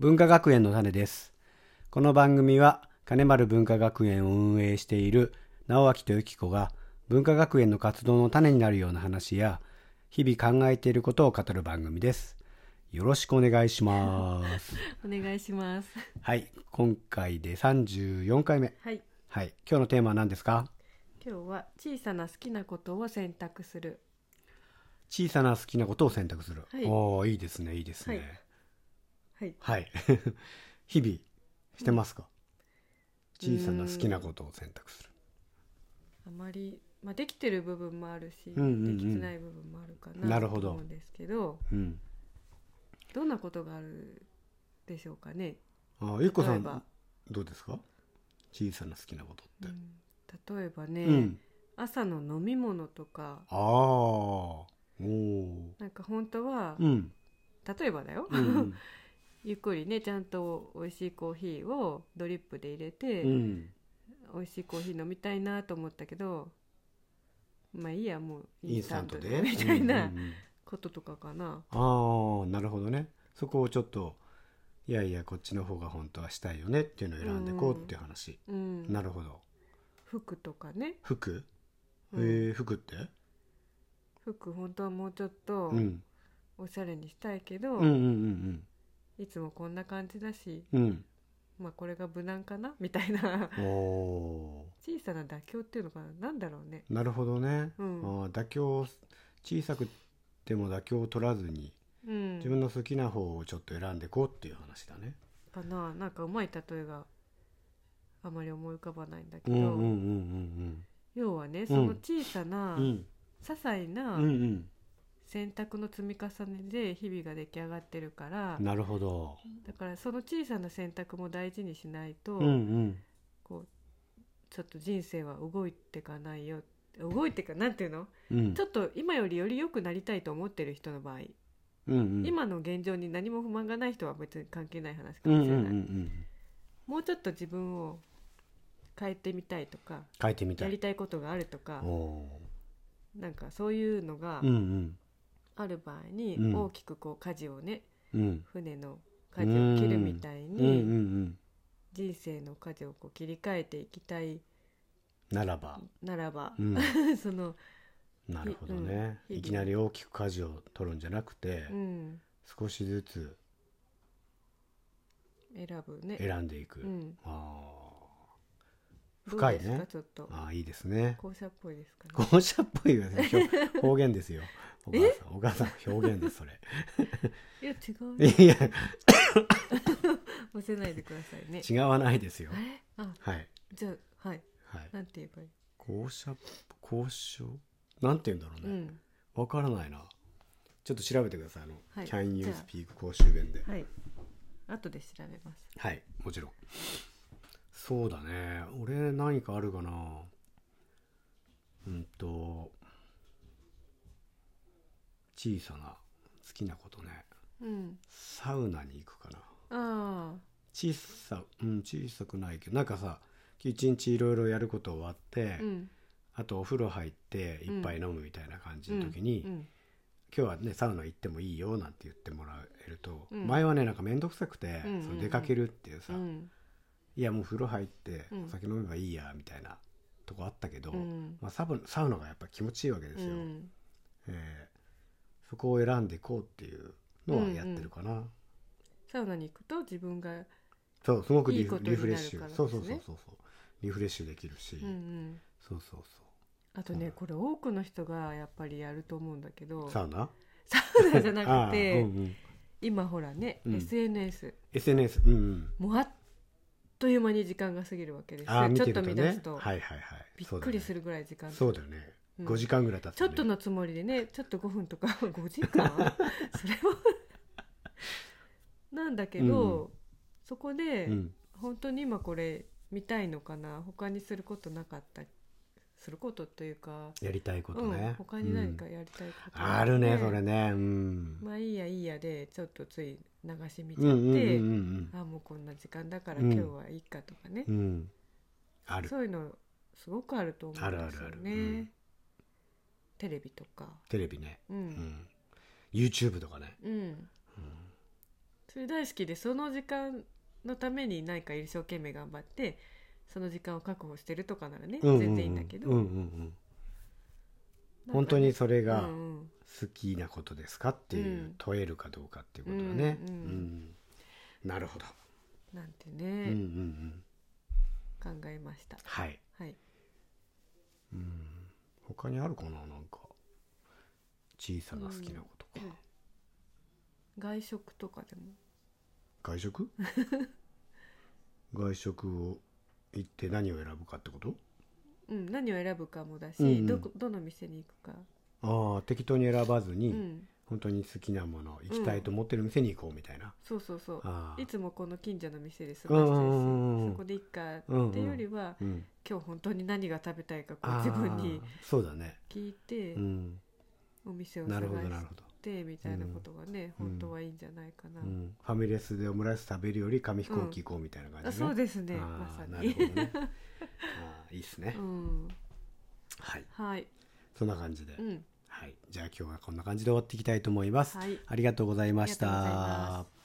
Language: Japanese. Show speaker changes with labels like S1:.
S1: 文化学園の種です。この番組は金丸文化学園を運営している直脇とゆき子が文化学園の活動の種になるような話や日々考えていることを語る番組です。よろしくお願いします。
S2: お願いします。
S1: はい、今回で34回目。
S2: はい。
S1: はい、今日のテーマは何ですか
S2: 今日は小さな好きなことを選択する。
S1: 小さな好きなことを選択する。
S2: はい
S1: おおいいですね、いいですね。
S2: はい。
S1: はい。 日々してますか、小さな好きなことを選択する。
S2: あまり、まあ、できてる部分もあるし、
S1: うんうんうん
S2: できてない部分もあるか
S1: な
S2: な
S1: る
S2: と
S1: ほど
S2: 思うんですけど、
S1: うん。
S2: どんなことがあるでしょうかね。
S1: ああ、ゆっこさ
S2: 例えば
S1: ん、どうですか小さな好きなこと
S2: う
S1: って。
S2: ん例えばね、
S1: うん。
S2: 朝の飲み物とか、
S1: ああ。おお。
S2: なんか本当は、
S1: うん。
S2: 例えばだよ、
S1: うん
S2: ゆっくりね、ちゃんと美味しいコーヒーをドリップで入れて、
S1: うん。 うん。
S2: 美味しいコーヒー飲みたいなと思ったけどまあいいやもう
S1: インスタントで。
S2: みたい
S1: うん
S2: な
S1: うんうん
S2: こととかかな、
S1: ああ、なるほどね。そこをちょっと、いやいや、こっちの方が本当はしたいよねっていうのを選んでこうっていう話。
S2: うん
S1: なるほど。
S2: 服とかね、
S1: 服へ
S2: うん
S1: え、服って
S2: 服本当はもうちょっと
S1: うん。
S2: おしゃれにしたいけど、
S1: うんうんうん
S2: いつもこんな感じだし
S1: うん。うん。
S2: まあこれが無難かなみ たいな
S1: おお
S2: 小さな妥協っていうのかななんだろうね
S1: なるほどね、
S2: うん
S1: あー妥協小さくても妥協を取らずに
S2: うん
S1: 自分の好きな方をちょっと選んでこうっていう話だね、
S2: かななんかうまい例えがあまり思い浮かばないんだけ
S1: う
S2: ど、
S1: ん、うんうんうん
S2: 要はね
S1: ん
S2: その小さな、
S1: うんうん
S2: 些細な、
S1: うん
S2: 洗濯の積み重ねで日々が出来上がってるから
S1: うんなるほど
S2: だからその小さな洗濯も大事にしないと、
S1: うんうん
S2: こうちょっと人生は動いてかないよ動いてかなんていうの、
S1: うん
S2: ちょっと今よりより良くなりたいと思ってる人の場合、
S1: うんうん
S2: 今の現状に何も不満がない人は別に関係ない話か
S1: うんう
S2: も
S1: ん
S2: し
S1: う
S2: れ
S1: ん
S2: な
S1: う
S2: い、
S1: ん
S2: もうちょっと自分を変えてみたいとか
S1: 書いてみた
S2: やり
S1: い
S2: たいことがあるとか
S1: おお
S2: なんかそういうのが
S1: ーうん
S2: ある場合に
S1: うん
S2: 大きくこう舵をね
S1: うんうん
S2: 船の舵を切るみたいに。
S1: うんうんうん
S2: 人生の舵をこう切り替えていきたい
S1: ならば
S2: ならば
S1: う、ん
S2: その、
S1: なるほどね、
S2: うん
S1: いきなり大きく舵を取るんじゃなくて、
S2: うん、
S1: 少しずつ
S2: 選ぶね。
S1: 選んでいく、
S2: うん、
S1: ああ
S2: ど
S1: 深
S2: う
S1: い
S2: で
S1: ね
S2: すかちょっと
S1: ああいいですね。
S2: 校舎っぽいですかね。
S1: 校舎っぽいよねひょ表現ですよ。お母さん、お母さん表現ですそれ。
S2: いや違うよ。
S1: いや
S2: 忘れないでくださいね。
S1: 違わないですよ
S2: あ。れあ
S1: はい
S2: じゃあはい
S1: はい。
S2: なんて言えばいい。
S1: 校舎校舎なんて言うんだろうね。
S2: うん
S1: わ、からないな。ちょっと調べてくださいあの、
S2: はい
S1: Can you
S2: じゃあ
S1: speak 公衆弁で。
S2: はい。後で調べます。
S1: はいもちろん。そうだね。俺何かあるかな。うんと小さな好きなことね。
S2: うん。
S1: サウナに行くかな。
S2: あ
S1: 小さ,、うん、小さくないけどなんかさ一日いろいろやること終わって
S2: あ、うん。
S1: あとお風呂入って一杯飲むみたいな感じの時に、
S2: うん
S1: 今日はねサウナ行ってもいいよなんて言ってもらえると、
S2: うん
S1: 前はねなんか面倒くさくて、
S2: うんうんうん
S1: そう出かけるっていうさ、
S2: うん
S1: いやもう風呂入って
S2: うん
S1: お酒飲めばいいやみたいなとこあったけど、
S2: うん
S1: まあ、サブサウナがやっぱ気持ちいいわけですよ、
S2: うん
S1: えーそこを選んでいこうっていうのはやってるかな、
S2: サウナに行くと自分が
S1: そうすごくリ
S2: いい
S1: フ
S2: ことにな
S1: リ
S2: る
S1: フレッシュ、
S2: からです
S1: そ
S2: ね
S1: うそうそうそうそうリフレッシュできるし、
S2: うんうん。
S1: そうそうそう
S2: あと
S1: う
S2: ね
S1: ん
S2: これ多くの人がやっぱりやると思うんだけど。
S1: サウナ
S2: サウ ナじゃな
S1: ああ
S2: くて、
S1: うんうん、
S2: 今ほらね、
S1: うん
S2: SNS
S1: SNS うん、うん、
S2: もうあっという間に時間が過ぎるわけです
S1: ああ
S2: よ
S1: 見
S2: ちょってと
S1: ると
S2: 見
S1: ね
S2: 出すと、
S1: はいはいはい
S2: びっくりす
S1: る
S2: るぐらい時間
S1: そうだよね
S2: うん
S1: 5時間ぐらい経つ
S2: ちょっとのつもりでねちょっと5分とか 5時間それはなんだけど、そこで、
S1: うん
S2: 本当に今これ見たいのかな他にすることなかったすることというか、
S1: やりたいこと
S2: うん
S1: ね、
S2: 他に何か
S1: うん
S2: やりたいことが
S1: あるねそれねうん、
S2: まあいいやいいやでちょっとつい流し見ち
S1: うんう
S2: ゃって、
S1: んうん
S2: あもうこんな時間だから
S1: うん
S2: 今日はいいかとかね
S1: うんう、んある
S2: そういうのすごくあると思うんですよね
S1: あるあるあるうん
S2: テレビとか
S1: テレビね
S2: う、
S1: うんん YouTube とかね
S2: うんそれ大好きでその時間のために何か一生懸命頑張ってその時間を確保してるとかならね、
S1: うんうんうん
S2: 全然いいんだけど、
S1: うんうんうん
S2: なんかね
S1: 本当にそれが
S2: うんうん
S1: 好きなことですかっていう、
S2: うん
S1: 問えるかどうかっていうことはね、
S2: うんうん
S1: うんなるほど、
S2: なんて
S1: う
S2: ね
S1: ん、うんうん
S2: 考えました
S1: はい、
S2: はい
S1: うん、他にあるかななんか小さな好きなことか、
S2: 外食とかでも
S1: 外 食外食を行って何を選ぶかってこと
S2: うん、何を選ぶかもだし、
S1: うんうん
S2: どこどの店に行くか、
S1: ああ適当に選ばずに、
S2: うん、
S1: 本当に好きなもの行きたいと思ってる店に行こうみたいな、
S2: そうそうそう
S1: ああ
S2: いつもこの近所の店で過ごしてるし、
S1: うんうんうんうん
S2: そこでいっかっていうよりは、
S1: うん
S2: 今日本当に何が食べたいかこう
S1: ああ
S2: 自分に
S1: そうだね、
S2: 聞いて
S1: うん、
S2: お店を
S1: な
S2: 探
S1: るほどな
S2: し
S1: るほど
S2: てみたいなことがね、
S1: うん
S2: 本当はいいんじゃないかな、
S1: うん、ファミレスでオムライス食べるより紙飛行機行こうみたいな感じ、ね
S2: あそうですね
S1: あー
S2: まさ
S1: なる
S2: に
S1: ほどねあーいいですね、
S2: うん
S1: はい
S2: はい、
S1: そんな感じで、
S2: うん、
S1: はい、じゃあ今日はこんな感じで終わっていきたいと思います、
S2: はい
S1: ありがとうございまし
S2: ありがとうござい
S1: た
S2: ます